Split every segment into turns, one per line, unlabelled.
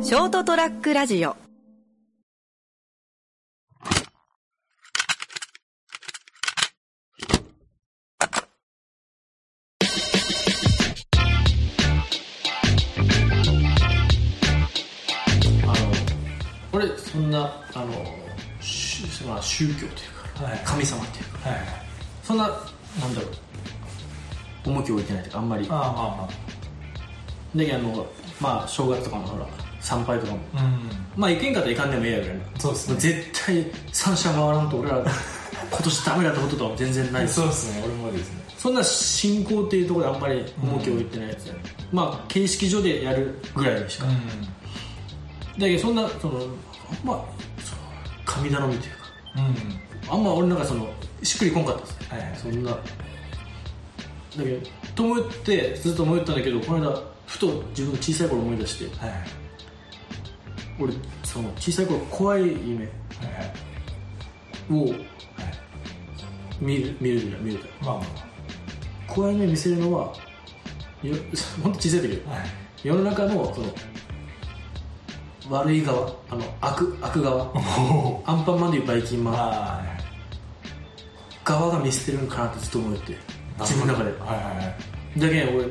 ショートトラックラジオ
あのこれそんなあのしまあ宗教というか、
はい
神様というか
はい、
そんななんだろう重きを置いてないというかあんまり
ああま
であのまあ正月とかもほら参拝とかも
あまあうん
まあ行けんかったら行かんでもええやぐらいな
そうですね
も絶対三者回らんと 俺ら今年ダメだってこととは全然ないです
そうですね俺もですね
そんな信仰っていうところであんまり重きを置いてないやつだよね、まあ形式上でやるぐらいしか、だ
う
けどそんなそのまあその神頼みというか
んう
あ
ん
んま俺なんかそのしっくりこんかったですね
はいはい
そんなだけどと思ってずっと思ってたんだけどこの間ふと自分の小さい頃思い出して
はいはい
俺その小さい頃怖い夢
はいはい
を見る見るじゃ見るじ
まあま
ゃ怖い夢見せるのはよ ほんと小さい時
あはい
世の中のその悪い側あの悪悪 側
おお
アンパンマンでいうバイキンマン
は
側が見捨てるのかなってずっと思って
い
自分の中で
はいはいはい
だけど俺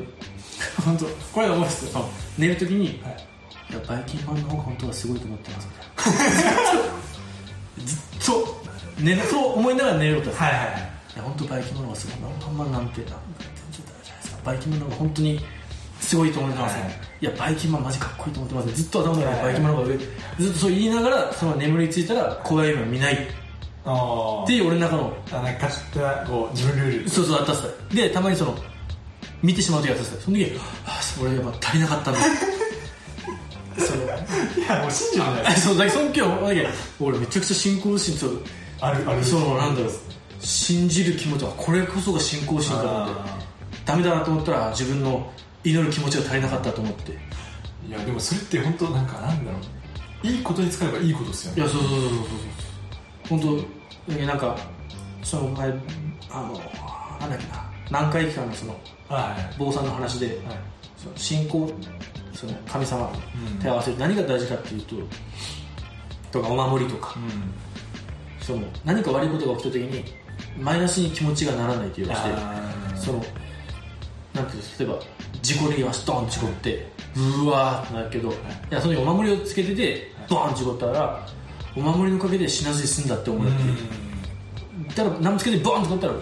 本当これが思いですよ寝るときに
はい
「いやバイキンマンの方が本当はすごいと思って ます」みたいなずっと寝るそう思いながら寝ることです
はいはいはい
いや本当バイキンマンの方がすごいアンパンマンなんてなんかちょっとあれじゃないですかバイキンマンの方が本当にすごいと思ってます、
はい
い、やバイキンマンマジかっこいいと思ってますずっと頭の中でバイキンマンの方が上ずっとそう言いながらその眠りについたら怖い夢は見ないっ
ああ
ていう俺の中の
あなんか勝手なこう自分ルール
そうそうあったっすねでたまにその見てしまう時あったっすねその時ああ俺やっぱ足りなか ったんだその
いやもう信じられない
あそうだけどその時はだけど俺めちゃくちゃ信仰心そう
あるある
そうなんだろう信じる気持ちはこれこそが信仰心だと思って
あ
ダメだなと思ったら自分の祈る気持ちが足りなかったと思ってい
ーいやでもそれって本当なんかなんだろういいことに使えばいいことですよね
やそうそうそうそうそう本当だけどなんかその前あのなんだっけな南海期間のその
はい
坊さんの話で、
はい
その信仰その神様
うん
手を合わせる何が大事かっていうととかお守りとか、
うん
その何か悪いことが起きた時にマイナスに気持ちがならないというかして
あー
そのなんていうんですか例えば事故で今ストーン事故ってうわーってなるけど、い、やその時お守りをつけててドーン事故ったらお守りのおかげで死なずに済んだって思う
う
って、
ん
ただ何もつけてボーンってなったら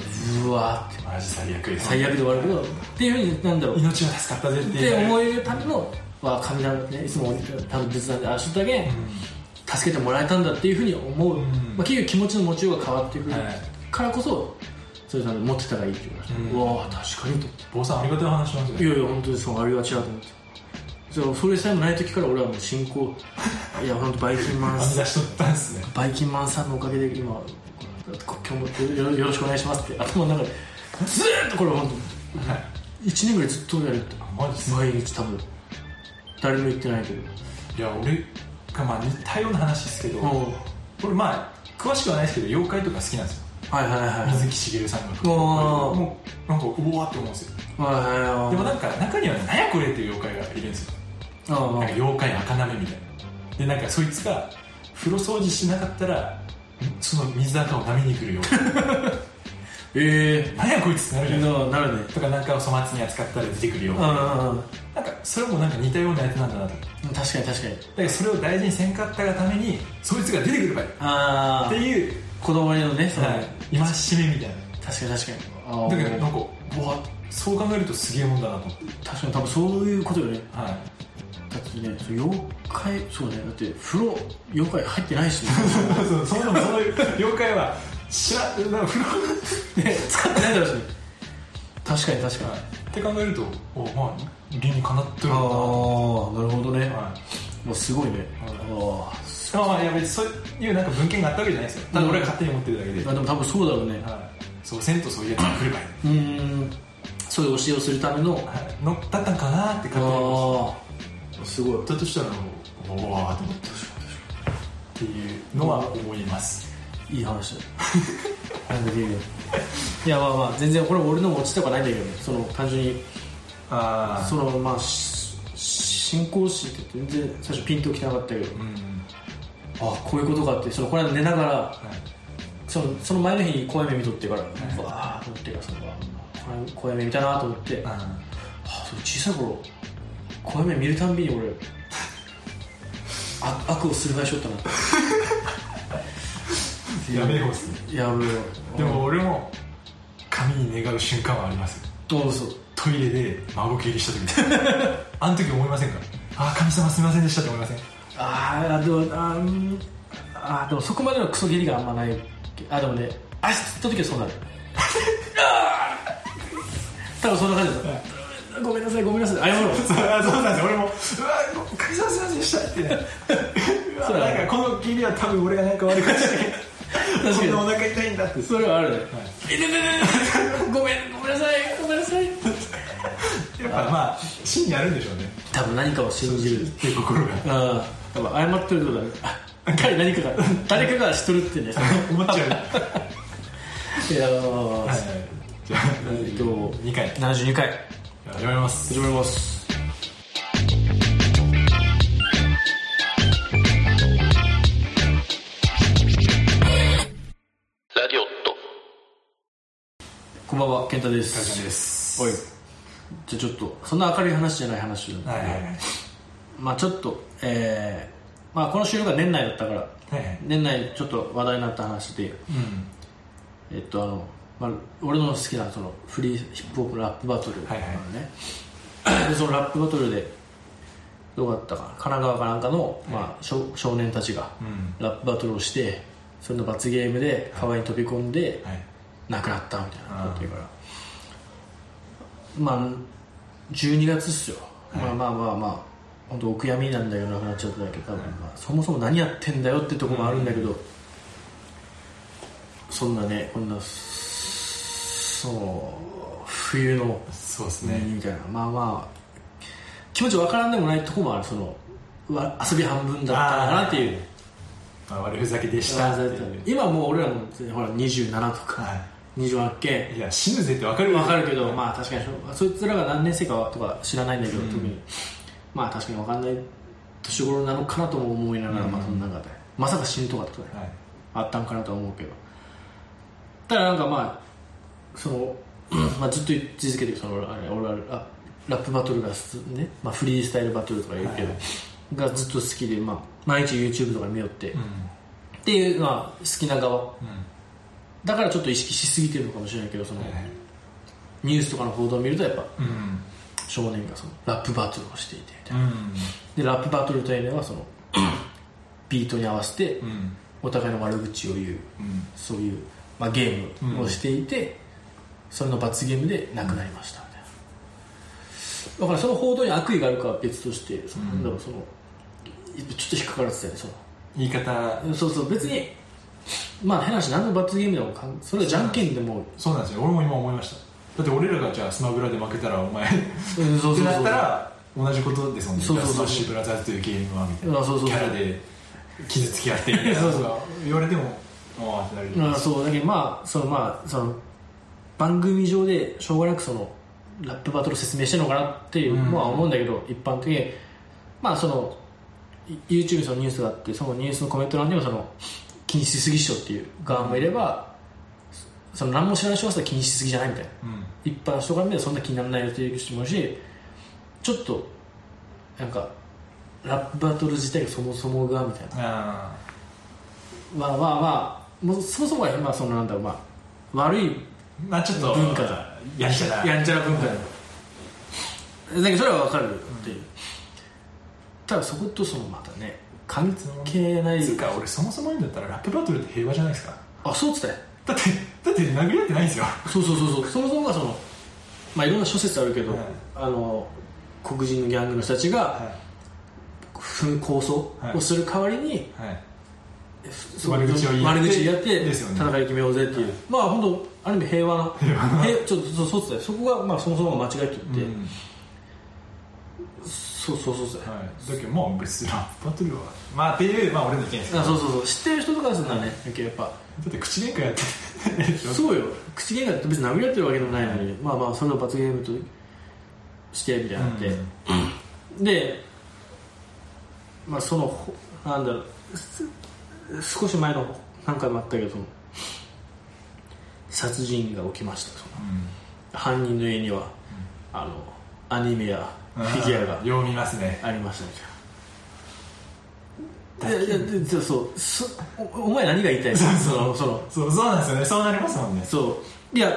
うわーって
マジ最悪です
最悪で終わるけどっていうふうになんだろう
命は助かったぜって
って
いう
思えるための、まあ、神なのねいつも多分仏壇でああしとったけん、助けてもらえたんだっていうふうに思う、
ん
まあ、結局気持ちの持ちようが変わってくる
はい
からこそそれさ持ってたらいいって言われて、
うん
うわあ確かにと思って
坊さんありがたい話します
い
ね
やいや本当にそうあれは違うと思ってそうそれさえもない時から俺はもう信仰いや本当バイキンマン
編み出しとったんですね
バイキンマンさんのおかげで今こ今日もよよろしくお願いしますって頭の中でずーっとこれ本当1年ぐらいずっとやるって
マジっすね
毎日多分誰も言ってないけど
いや俺がまあ似たような話ですけど
うん
俺まあ詳しくはないですけど妖怪とか好きなんですよ
はいはいはい
水木しげるさんが
おー
もうなんかうわーって思うんですよ
はいはいはい
でもなんか中には「何やこれ」っていう妖怪がいるんですよ
ああ
なんか妖怪赤なめみたいなでなんかそいつが風呂掃除しなかったらその水垢を舐めに来る妖怪
え
何やこいつってなるじ
え
ゃないですか
ななるね
とかなんかを粗末に扱ったら出てくるよ
うんうんうん
なんかそれもなんか似たようなやつなんだなとだか
確かに確かに
らそれを大事にせんかったがためにそいつが出てくるばいっ
あ
て
あ
いう、
子供のねその、
はい、戒めみたい
確かに確かにああ
なだけどなんか
確
うわそう考えるとすげえもんだなと思って
かに多分そういうことよね
はい
だってねそう妖怪そうねだって風呂妖怪入ってないしね
そうそもそもそういう妖怪は知らなんか風呂で
使ってないだろう しね確かに確かに
はいって考えるとおまあ理にかなってるん
ああ
だなと
なるほどね、
はい
もうすごいね、
はい
ああ
しかもまあいや別にそういうなんか文献があったわけじゃないですよただ俺が勝手に思ってるだけで、
まあでも多分そうだろうね、
はい、そうせんとそういうやつが来るばいう
ーんそういう教えをするための
はい乗ったったんかなって
あ
勝手に思って
あすごい
だとしたらもうおわーと思ってっていうのは思います
いい話だ なんでいいよいやまあまあ全然これ俺の持ちとかないんだけどねその単純に
あ
そのまあしし信仰心って全然最初ピンときてなかったけど
うん
あこういうことかってそのこれは寝ながら
はい
そのその前の日に怖い目見とってから、うわーと思ってからそのこれ怖い目見たなと思って、あ
あ
それ小さい頃怖い目見るたんび に俺あ悪をするがいしょったなって
ーやべえ方っすね
いや俺は
でも俺も髪に願う瞬間はありますよ
どうぞ
トイレで孫蹴りした時 あの時思いませんかああ神様すみませんでしたって思いません
ああでもあーうんあーでもそこまでのクソ蹴りがあんまないあでもね足つった時はそう なるあー多分そんな感じだった、ごめんなさいごめんなさい謝ろう
そうそうなんですよ俺も「うわ神様すいませんでした」ってねうわ
そうだね
なんかこの切りは多分俺がなんか悪かったけ
確
ど
か
こん
に
なお腹痛いんだって
それはあるね、いててててごめんごめんなさいごめんなさい
やっぱまあ芯にあるんでしょうね
多分何かを信じる
っていう心が
ああ多分謝ってるってことだねあ彼何かが誰かがしとるってね
思っちゃう
いやー、
はいじゃあ
えっと
2回
72回
始まります
始まります
ラディオット。
こんばんは健太です
大丈夫です
おいじゃあちょっとそんな明るい話じゃない話なんだ
はい
け
は
ど、
いはいはい
まあちょっとえーまあこの収録が年内だったから
はい
年内ちょっと話題になった話で
うん
えっとあの、まあ、俺の好きなそのフリーヒップホップラップバトルなのね、でそのラップバトルでどうだったかな神奈川かなんかの、まあ、少少年たちが
うん
ラップバトルをしてそれの罰ゲームで川に飛び込んで
はい
亡くなったみたいなこと言うからまあ12月っすよ、まあまあまあまあ本当お悔やみなんだけど亡くなっちゃったんだけど多分、まあ、そもそも何やってんだよってとこもあるんだけど、そんなねこんなそう冬の
そうですね
みたいな、まあまあ気持ちわからんでもないとこもあるそのうわ遊び半分だったのかなっていう
まあ悪ふざけでしたっていう
今もう俺らもほら27とか、
は
28系
いいや死ぬぜってわかる
わかるけど、まあ確かにそいつらが何年生かとか知らないんだけど、特にまあ確かにわかんない年頃なのかなとも思いながら、まあその中でまさか死ぬとかってことね
はい
あったんかなとは思うけどただなんかまあその、 まあ、ずっと言い続けてるそのあれ俺はララップバトルがす、ねまあ、フリースタイルバトルとか言うけど、がずっと好きで、まあ、毎日 YouTube とか見よって、っていうのは好きな側
うん
だからちょっと意識しすぎてるのかもしれないけどその、
はいはい
ニュースとかの報道を見るとやっぱ
うん
少年がそのラップバトルをしていてみたいな
うん
でラップバトルというのは そのビートに合わせて
うん
お互いの悪口を言う
うん
そういう、まあ、ゲームをしていて、それの罰ゲームで亡くなりましたみたいなだからその報道に悪意があるかは別としてその、なんだろうそのちょっと引っかからってたよねその
言い方
そうそう別にまあ変な話何の罰ゲームでもかんそれはじゃんけんでも
そうなんですよ俺も今思いましただって俺らがじゃあスマブラで負けたらお前
うんそうそ
って
う
な
そ
っ
う
たら同じことですもんね
そうそうそう
スマッシュブラザーズというゲームはみたいな
あそうそうそう
キャラで傷つき合ってみたいな
そう
と
そう
か言われてもああってなる
まあそうだけどまあそのまあその番組上でしょうがなくそのラップバトルを説明してるのかなっていうのは思うんだけど、一般的にまあそのい YouTube にそのニュースがあってそのニュースのコメント欄にもその禁止しすぎっしょっていう側もいれば、その何も知らない人が禁止しすぎじゃないみたいな
うん
一般の人から見たらそんな気にならないよっていう人もいるしちょっとなんかラップバトル自体がそもそもがみたいな
あ
まあまあまあもうそもそもはまあそのなんだろうまあ悪い
ーまあちょっと
文化だ
やりちゃだ
やんちゃな文化だよだけどそれは分かるっていう、ただそことそのまたね関係ない
つうか俺そもそも言うんだったらラップバトルって平和じゃないですか
あそうっつったよ
だってだって殴り合ってないんですよ
そうそうそうそうそもそもがそのまあいろんな諸説あるけど、
はい
あの黒人のギャングの人たちが
は
紛抗争をする代わりに、
いはい
そう
悪口を言い合って
悪口言い合って
ですよね
戦い決めようぜっていう、まあ本当ある意味平和な
平和な
平ちょっとそうそうっつったよそこがまあそもそもが間違いって言って、
うん
そうそうそうっつったよ
はい、だけどまあ別にラップバトルはまあっていうまあ俺の意見ですけど
あそうそうそう知ってる人とかするんだねやっぱ
だって口喧嘩やってないでしょ
そうよ口喧嘩って別に殴り合ってるわけでもないのに、まあまあそれを罰ゲームとしてみたいになって、でまあ、そのほなんだろうす少し前の何回もあったけどその殺人が起きましたその犯人の家には、あのアニメやフィギュアが
よう見ますね
ありましたみたいないやいやででそうそおお前何が言いたいのそのその
そうそうなんですよねそうなりますもんね
そういや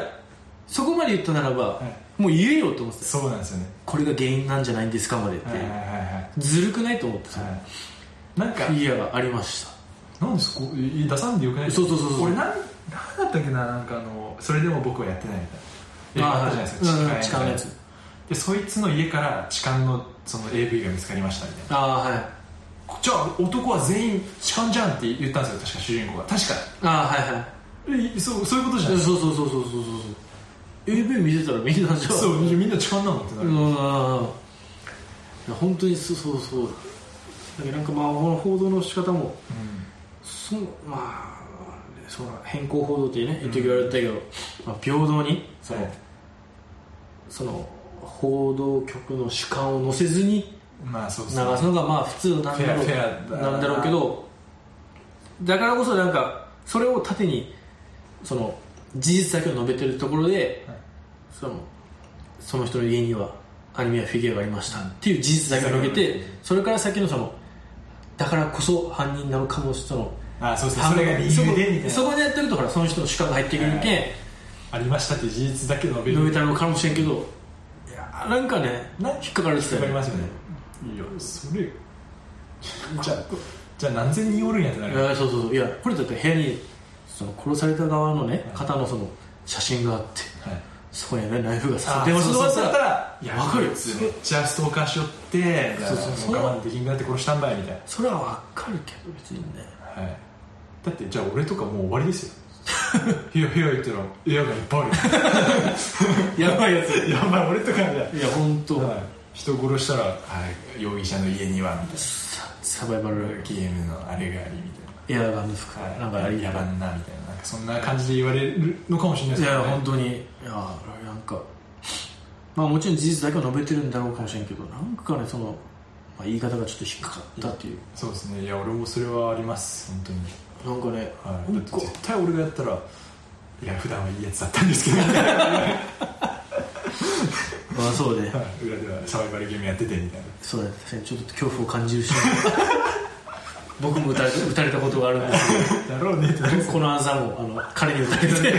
そこまで言ったならば、
は
もう言えよと思ってた
そうなんですよね
これが原因なんじゃないんですかまでって、
はいはいはいは
ずるくないと思って
い
さ、
はいなんか
フィギュアがありました
なんですかこういい出さんでよくない
そうそうそうそう
俺なんなんだったっけななんかあのそれでも僕はやってないみたいな映画あったじゃないですか
あーはいうん痴漢のやつ
でそいつの家から痴漢のその AV が見つかりましたみたいな
ああはい
じゃあ男は全員痴漢じゃんって言ったんですよ確か主人公が確か
ああはいはい
えそうそういうことじゃない
そう
ですか
そうそうそうそうそうそう AV 見てたらみんなじゃあ
そうみんな痴漢なのってな
う
る、
ん本当にそうそうそうだけどなんかまあこの報道の仕方もそのまあそうな変更報道ってね一時言われてたけど、まあ、平等にその,、
はい
その報道局の主観を載せずに
まあそう
流す
そう
のがまあ普通なんだろう
フェアフェアだな
なんだろうけどだからこそなんかそれを盾にその事実だけを述べてるところで、
はい
そのその人の家にはアニメやフィギュアがありましたっていう事実だけを述べてそれから先のそのだからこそ犯人なのかもしれない
あそうそうそれが理由でみたい
そ
な
こでやってるとほらその人の主観が入ってくるけん、
ありましたって事実だけ述べる
述べたのかもしれんけどいやーなんかね
な
引っかかるっす
わ
よ
かり
ね
ますよねいやそれじゃあじゃあ何千人おるんやってないる
やそうそうそういやこれだって部屋にその殺された側のね方のその写真があって
はい
そこにねナイフが刺さ
あ
っ
ー
てまし
そう
た
そう
と
そう
か
だ
だったた
っ
ら
らいや
わかるよ
こいつめっちゃストーカーしよってみたいな
そうそう
も我慢できんくなって殺したんばいみたいな
それはわかるけど別にね
はいだってじゃあ俺とかもう終わり ですよ部屋部屋行ったら部屋がいっぱい
やばいや
ある やばい俺とかじゃ
ついや本当、
はい人殺したら、はい、容疑者の家にはみたい
ササバイバ
な
ル
ゲームのあれがありみ
エアガンですか
たいな、
なんかあり
やばんなみたいななんかそんな感じで言われるのかもしれない
い
ですけ
や
ど、ね、
本当にいやなんかまあもちろん事実だけは述べてるんだろうかもしれんけどなんかねその、まあ、言い方がちょっと引っかかったっていう
そうですねいや俺もそれはあります本当に
なんかね、
はい、
な
だ
ん
っ
か
て絶対俺がやったらいや普段はいいやつだったんです けど、ね、
まあそう ね
裏ではサバイバルゲームやっててみたいな
そうね確かにちょっと恐怖を感じるし 僕も撃たれ撃たれたことがあるんです
だろうねってな
け
る
どこのアンサーもあの彼に撃たれて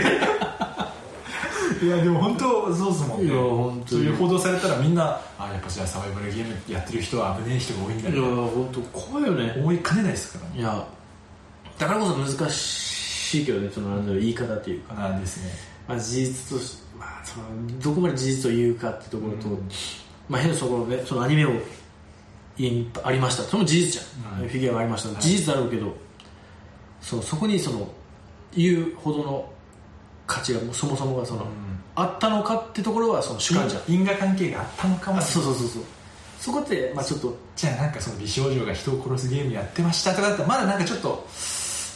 いやでも本当そうですもんね
いや本当に
そういう報道されたらみんなあやっぱじゃあサバイバルゲームやってる人は危ねえ人が多いんだ
いや
よ
本当怖いよね
思いかねないですからね
いやだからこそ難しいけどねそのなんだろう言い方っていうか
なんですね
まあ、事実とし、まあ、そのどこまで事実を言うかってところと、
うん
まあ、変なところでそのアニメを家にいっぱいありましたそれも事実じゃん、
うん
フィギュアがありました、
い
事実だろうけどそうそこにその言うほどの価値がもうそもそもがその、あったのかってところはその主観じゃん、
因果関係があったのかも
あ
しれない
そうそうそうそうそこって、まあ、ちょっと
じゃあなんかその美少女が人を殺すゲームやってましたとかだったらまだなんかちょっと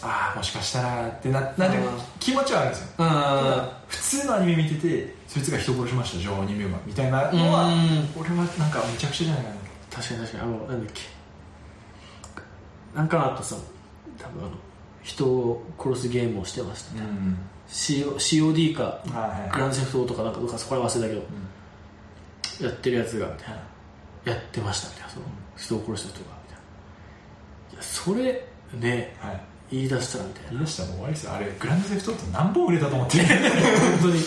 ああもしかしたらってななんか
うん
気持ちはあるんですよただ
あ
普通のアニメ見ててそいつが人殺しました女王に目馬みたいな
うん
のは俺はなんかめちゃくちゃじゃないかな
確かに確かにあのなんだっけなんかあったさ多分あの人を殺すゲームをしてました、
うん、
CO COD か
はい
グランドセフトオートかなんかとかそこら忘れたけど、やってるやつがみたいなやってましたみたいなその人を殺した人がみたいないやそれね
はい、
言い出したらみたいな
言い出したらもう終わりですよあれグランドセフトって何本売れたと思ってる
本当に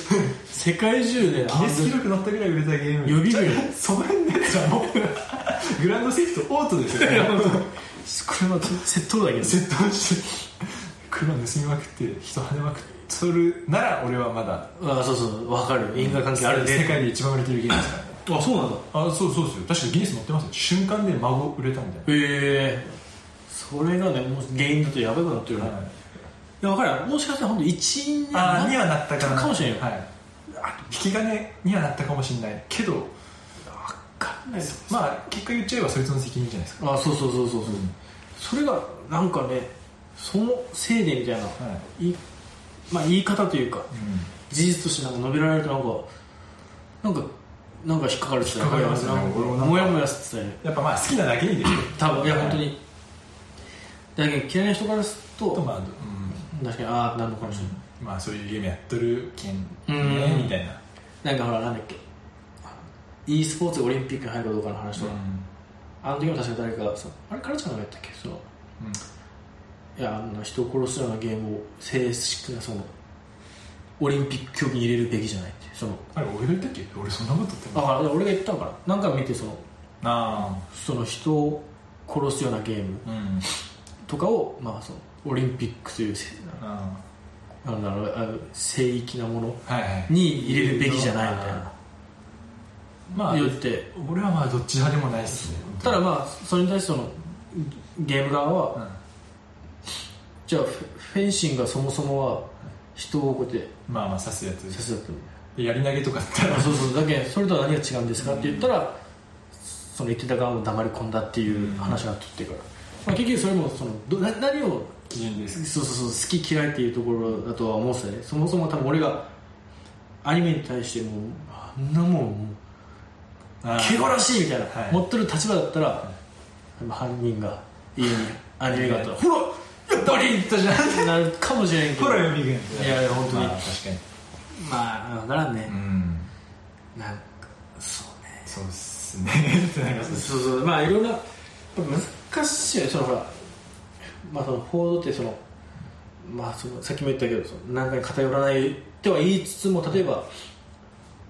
世界中で
ギネス記録載ったぐらい売れたゲーム
予備軍
じゃあその辺のやつはもうグランドセフトオートですよね
車窃盗だけど
窃盗して車盗みまくって人跳ねまくっとるなら俺はまだ
ああそうそうわかる因果関係ある
世
ね
界で一番売れてるゲームですからね
あそうなんだ
あそうそうですよ確かにギネス載ってますよ瞬間で孫売れたみたいな
へえそれがねもう原因だとやばくなってるよね、い、やわかるもしかしたら本当一因
ああに
や
はなったかな
かもしれんよ
はい、あ引き金にはなったかもしれないけど
かんない
まあ結果言っちゃえばそいつの責任じゃないですか、
あそうそうそうそうそう、
ん
それがなんかねそのせいでみたいな、
はい
いまあ、言い方というか
うん
事実としてなんか述べられるとなんかなんかなんか引っかかるって
引っかかりますよね
なんか
俺もなんか
もやもやしてたよね
やっぱまあ好きなだけにできる
多分いや本当にだけど嫌いな人からする
と
と
まあ、うん
確かにああなるのかもしれ
まあ、そういうゲームやっとるけん
う
ね
ん
みたいな、
ない、なんかほらなんだっけ e スポーツオリンピックに入るかどうかの話とか、あの時も確か誰かがそのあれからちゃんがやったっけその
うん
いやあんな人を殺すようなゲームを正式なそのオリンピック競技に入れるべきじゃないってその
あれ俺が言ったっけ俺そんなこと言って
だ
な
から俺が言ったのかななんか見てその
あ
その人を殺すようなゲーム
あうん
とかを、まあ、そのオリンピックというせ
あ
なんだろうあの聖域なもの
ーはいはい
に入れるべきじゃないみたいな
まあ
言って
俺はまあどっち派でもないっすね
ただまあそれに対してそのゲーム側は、
うん
じゃあフフェンシングがそもそもは人をこうやって
まあまあ刺すやつ
刺すだったの
やり投げとかだったら
あそうそうだけどそれとは何が違うんですかって言ったら、その言ってた側も黙り込んだっていう話が取ってから、まあ、結局それもそのどな何を
基準で
そう
す
そうそう好き嫌いっていうところだとは思うんですよねそもそも多分俺がアニメに対してもうあんなもんもう
あ
敬語らしいみたいな、
はい
持ってる立場だったら、犯人が家にアニメ があったらほらやっぱり
ーじゃん
ってなるかもしれんけど
ほら呼びい
いやいや本当に
まあ確かに
まあ分からんね
う、ん
なんかそうね
そうっすねってなります
そうそうまあいろんなやっぱ難しいよねそのほらまあその報道ってそのまあそのさっきも言ったけどそのなんかに偏らないっては言いつつも例えば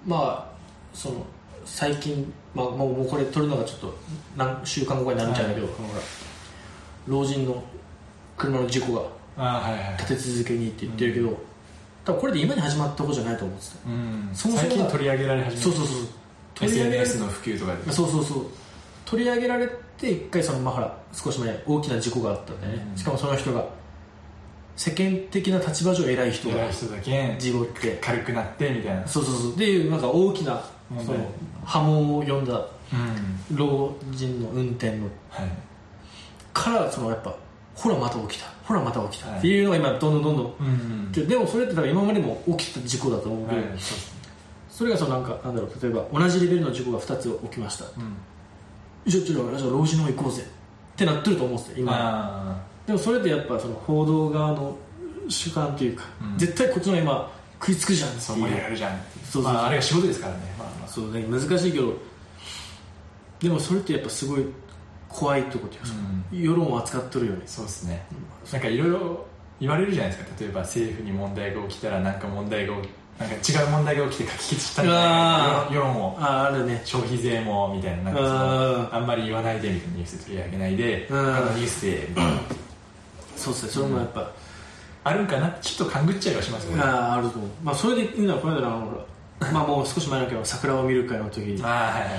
まあその最近、まあ、もうもうこれ撮るのがちょっと何週間後かになるんちゃうんだけど、このほら老人の車の事故が
あーはいはい
立て続けにって言ってるけど、多分これで今に始まったことじゃないと思うんですよ
うん
そもそも
最近取り上げられ始め
そうそううそう取り上げられ
SNS の普及とかで
そうそうそう取り上げられて一回そのまあほら少し前大きな事故があったんだよね、
うん
しかもその人が世間的な立場上偉い人
偉
が
い人だけ
事故って
軽くなってみたいな
そうそうそうでいうなんか大きな
問
そ
題
の波紋を呼んだ
うん
老人の運転の
はい
からそのやっぱほらまた起きたほらまた起き
は
た
い
っていうのが今どんどんどんどん
うん
ででもそれって多分今までも起きた事故だと思うけ
は
ど、
いそうっす
それがそのなんかなんだろう例えば同じレベルの事故が2つ起きました
うん
じゃあちょっとじゃあ老人の方行こうぜってなってると思うんですよ今
あ
でもそれってやっぱその報道側の主観というか、
うん
絶対こっちの今食いつくじゃんって
あそう
い
盛り上
う
がるじゃん
そうそう
まああれが仕事ですからねまあまあ
そうね難しいけどでもそれってやっぱすごい怖いとこというか、
うん
世論を扱っとるよね
そうですねなんかいろいろ言われるじゃないですか例えば政府に問題が起きたらなんか問題が起きなんか違う問題が起きて書き消したみたい
あ
な
ー
世論を
あああるね
消費税もみたいななんかそ
あ
のあんまり言わないでみたいなニュースで取り上げないで
うん
他のニュースでみたいな
そうですねそれもやっぱ、
あるんかなちょっと勘ぐっちゃいはしますよねあ
あああると思う、まあ、それで言うならこの間のあのほらまあもう少し前だけど桜を見る会の時に
あはいはい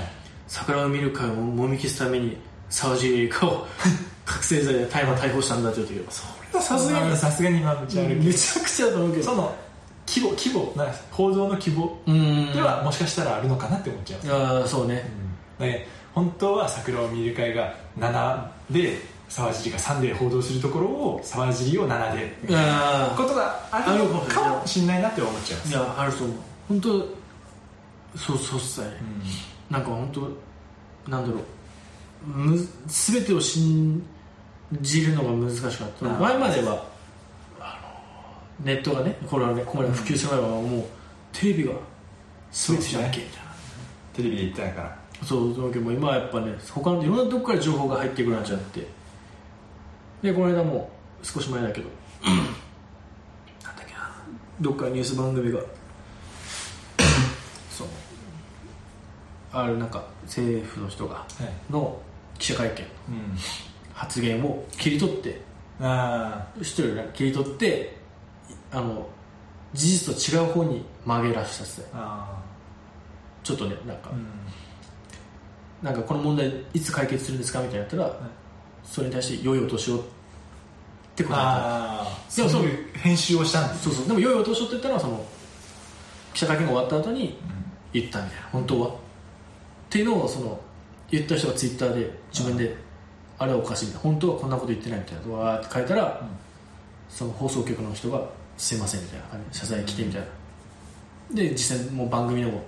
桜を見る会をもみ消すためにサウジエリカを 覚醒剤で大麻逮捕したんだって言う時それはさすがに
まあさすがにまあめちゃあるけ
めちゃくちゃだと思うけ
ど
ど
その規模規模なんか報道の規模
うん
ではもしかしたらあるのかなって思っちゃう
ああそうね
で本当は桜を見る会が7で沢尻が3で報道するところを沢尻を7でみたいな
あ
ことがあるのかもしれないなって思っちゃいま
あい
す
やあると思う本当そうそうっすね、なんか本当なんだろうむ全てを信じるのが難しかった
あー
前まではあのネットがねこれはねここまで普及する前はもうテレビが
そ
全てじゃなきゃみたい
テレビで言ったんやから
なそうそうだけどもう今はやっぱね他のいろんなとこから情報が入ってくるようになっちゃってでこの間も少し前だけどなんだっけなどっかニュース番組がそのあれなんか政府の人が
はい
の記者会見の
うん
発言を切り取って
あ
一人が切り取ってあの事実と違う方に曲げらしたっすね
ーあ
ちょっとねなんか、
ーうん
なんかこの問題いつ解決するんですかみたいなやったら、それに対して良いお年をって答えた
あー
でもそう
そういう編集をしたんです
そうそうでも良いお年をって言ったのはその記者会見が終わった後に言ったみたいな本当はっていうのをその言った人がツイッターで自分であれはおかしいみたいな本当はこんなこと言ってないみたいなとわーって書いたら、
うん
その放送局の人が「すいません」みたいな感じで謝罪来てみたいな、で実際もう番組でも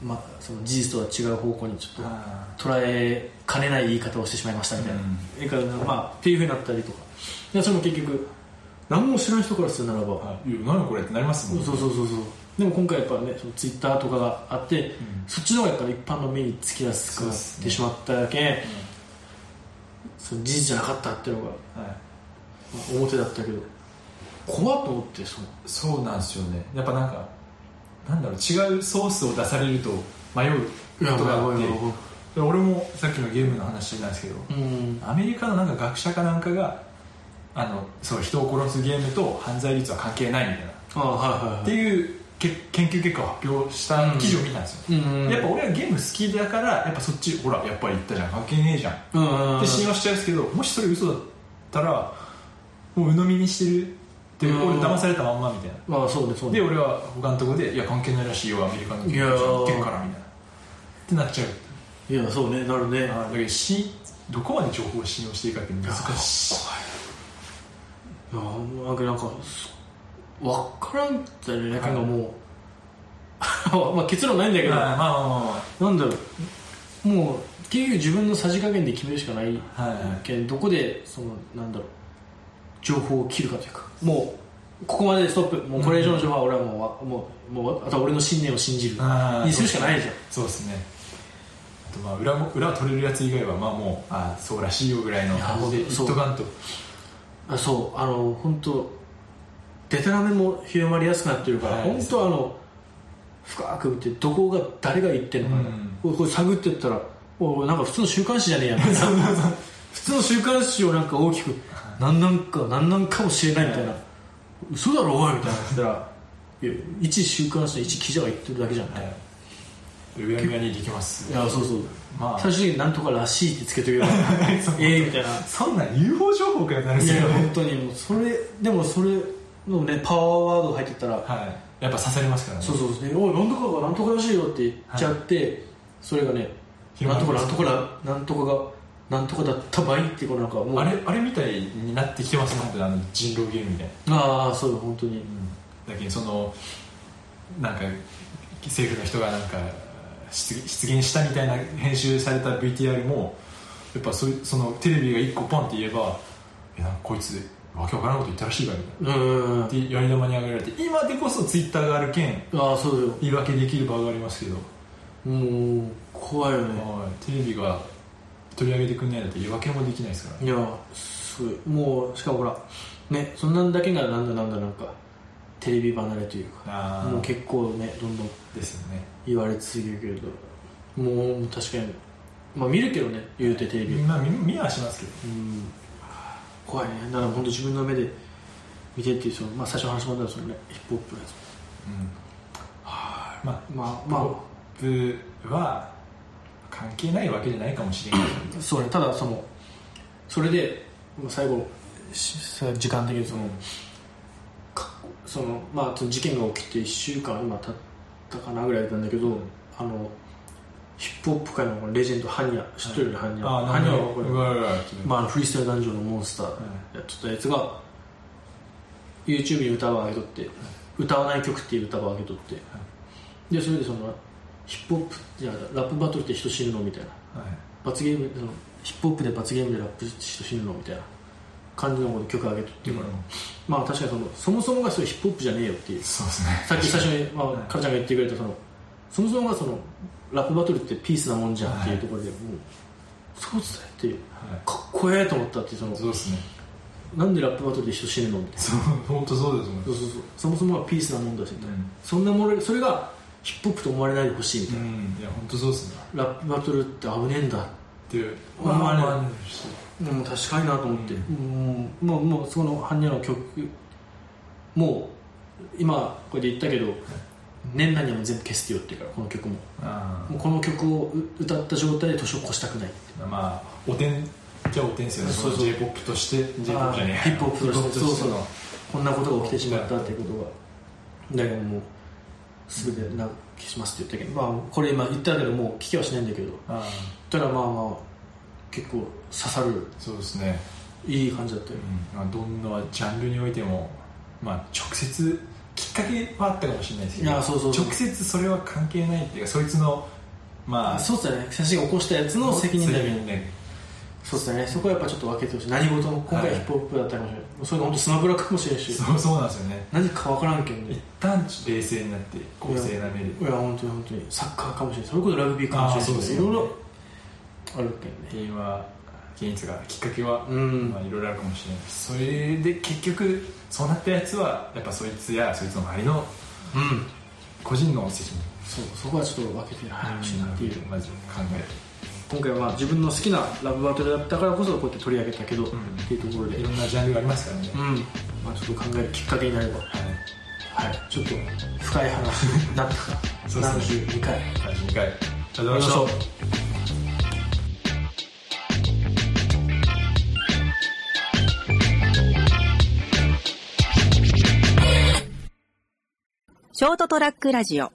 まあ、その事実とは違う方向にちょっ
あ
と捉えかねない言い方をしてしまいましたみたいな、
うん
ええからなまあ、っていうふうになったりとかでそれも結局何も知らない人からするならば、
ーあいや何これってなりますもん
そうそうそうそうでも今回やっぱねそのツイッターとかがあって、
ん
そっちの方がやっぱ一般の目につきやすくなっ
そうです
て
ね
しまっただけ、その事実じゃなかったっていうのが、ま
はい
あ表だったけど怖っと思ってその
そうなんですよねやっぱなんかなんだろう違うソースを出されると迷うことがあってで俺もさっきのゲームの話なんですけど、
うん
アメリカのなんか学者かなんかがあのそう人を殺すゲームと犯罪率は関係ないみたいな、
ああはいはい
っていうけ研究結果を発表した記事を見たんですよ、
うん
やっぱ俺はゲーム好きだからやっぱそっちほらやっぱり言ったじゃん関係ねえじゃん
うんうんうん
って信用しちゃうんですけどもしそれ嘘だったらもう鵜呑みにしてるっていう
うん
俺騙されたまんまみたいな
まあそうねそう
で
ね
俺は他のとこで「いや関係ないらしいよアメリカの
いや
や
ー
ってるから」みたいなってなっちゃう
いやそうねなるね
だけどしどこまで情報を信用していいかって難しい
いやなんかなんかそわからんってねなんかもう まあ結論ないんだけど
まあまあま
なんだろうもう結局自分のさじ加減で決めるしかない
あまあはい
けんどこでそのなんだろう情報を切るかというかもうここまででストップもうこれ以上の情報は俺はもうわ、もうもうあとは俺の信念を信じる
あー
にするしかないじゃん
そうですねあとまあ裏も裏を取れるやつ以外はまあもうああそうらしいよぐらいの
いや
感じで言っ
そう
とかんと
あそうあの本当デタラメも広まりやすくなってるから、
はい
本当あの深く見てどこが誰が言ってるのかな、これこれ探ってったらおいなんか普通の週刊誌じゃねえやん 普通の週刊誌をなんか大きく何なんか何なんかもしれないみたいな、
はい
嘘だろおいみたいな言ったらいや一週刊誌の一記者が言ってるだけじゃん、い、
はいうやむやにできます
やそうそう
ま
最終的になんとからしいってつけとけば
そう
ええみたいな
あ そんなん UFO 情報からなるん
い
です
や
よ
本当にもうそれでもそれのねパワーワード入ってったら
はいやっぱ刺されますからね
そうそうそうねおいなんとかがなんとからしいよって言っちゃって、それがねなん
広
と
ま
かなん
ります
とかななんとかがなんとかだった場合ってこうなんかもう
あれあれみたいになってきてますね本当にあの人狼ゲームみたいな、
ああそう本当に
だけどそのなんか政府の人がなんか出出現したみたいな編集された VTR もやっぱそういうそのテレビが一個ポンって言えば「えなんかこいつわけわからんこと言ったらしいから」みた
うーん
いなでやり玉に上げられて今でこそツイッターがあるけん
ああそうよ
言い訳できる場がありますけど、
もう怖いよね
はいテレビが取り上げてくんないだと言い訳もできないですからね
いやすごいもうしかもほらねそんなんだけがなんだなんだなんかテレビ離れというか
あ
もう
ー
結構ねどんどん
ですよね
言われ続けるけどもう確かにまあ見るけどね言うてテレビ
まあ見見はしますけど
うん怖いねだから本当自分の目で見てっていうその、まあ、最初の話もあったんですよねヒップホップのやつ
うんまあ
まあ
まあ
ま
ポップは関係ないわけじゃないかもしれないけ
あそうねただそのそれでまあ最後しさ時間的にそ
ど
のかそのまあその事件が起きて1週間今経ったかなぐらいなんだけど、あのヒップホップ界のレジェンドハニヤ知ってるよねハニヤ
あ
ハ
あ
ニ
何
ヤ
を
はこれ
うわうわ
まああの、フリースタイルダンジョンのモンスターやっとったやつが YouTube に歌を上げとって歌わない曲っていう歌を上げとってでそれでそのヒップホップじゃラップバトルって人死ぬのみたいな
はい
罰ゲームそのヒップホップで罰ゲームでラップして人死ぬのみたいな感じのこと曲上げとってから、まあ確かにそのそもそもがそれヒップホップじゃねえよっていう
そうですね
さっき最初に、まあ
はい、
カルちゃんが言ってくれたそのそもそもがそのラップバトルってピースなもんじゃんっていうところで、もうそう伝えっていう
はい
かっこええと思ったっていうその
そうですね
なんでラップバトルで人死ぬのみたいな
そう 本当そうですもん
そうそうそうそもそもはピースなもんだしみたいな、
うん
そんなものそれがヒップホップと思われないでほしいみたいな、
うんいや本当そうですね
ラップバトルって危ねえんだ
っていう
まあまあね
まあね
もう確かになと思って、
う
もうもうもうその般若の曲もう今これで言ったけど年内にはもう全部消してよっていうからこの曲も
あ
もうこの曲を歌った状態で年を越したくない
あまあおてんじゃあおてんすよね
そうそう
j p o p として j p o p じゃね
あーヒ
え
ップホップとして
ヒップホップ
そうそうこんなことが起きてしまったっていうことがだけどもう全てな消しますって言ったけど、まあ、これ今言ったけどもう聞きはしないんだけど
ああ
たらまあまあ結構刺さる
そうですね
いい感じだったよ
うんまあ、どんなジャンルにおいても、まあ、直接きっかけはあったかもしれないですけ
い
ど
やそうそうそう
直接それは関係ないっていうかそいつのまあ
そうっすよね写真が起こしたやつの責任だけ
責任だけ
そうっすよねそこはやっぱちょっと分けてほしい何事も今回
はい
ヒップホップだったかもしれない、それが本当スマブラかもしれんし
そうそうなんですよね
何か分からんけんね
一旦冷静になって公正な目で
いや本当に本当にサッカーかもしれないそれこそラグビーかもしれない
あーそうです
い
ね
ろいろあるけどね
原因は原因というかきっかけは、
うん
まあ、いろいろあるかもしれないそれで結局そうなったやつはやっぱそいつやそいつの周りの
うん
個人の責任
そうそこはちょっと分けてやってほしいなっていう
マジで考
今回はまあ自分の好きなラブバトルだったからこそこうやって取り上げたけど、っていうところ
え
で
るいうろ
ん
んなジャンルがありますからね、は
まあ、ちょっと考えるきっかけになれば
い
はいちょっと深い話になったか
そう
ら
ですね
72回
はい、2回ありがとうございました
ショートトラックラジオ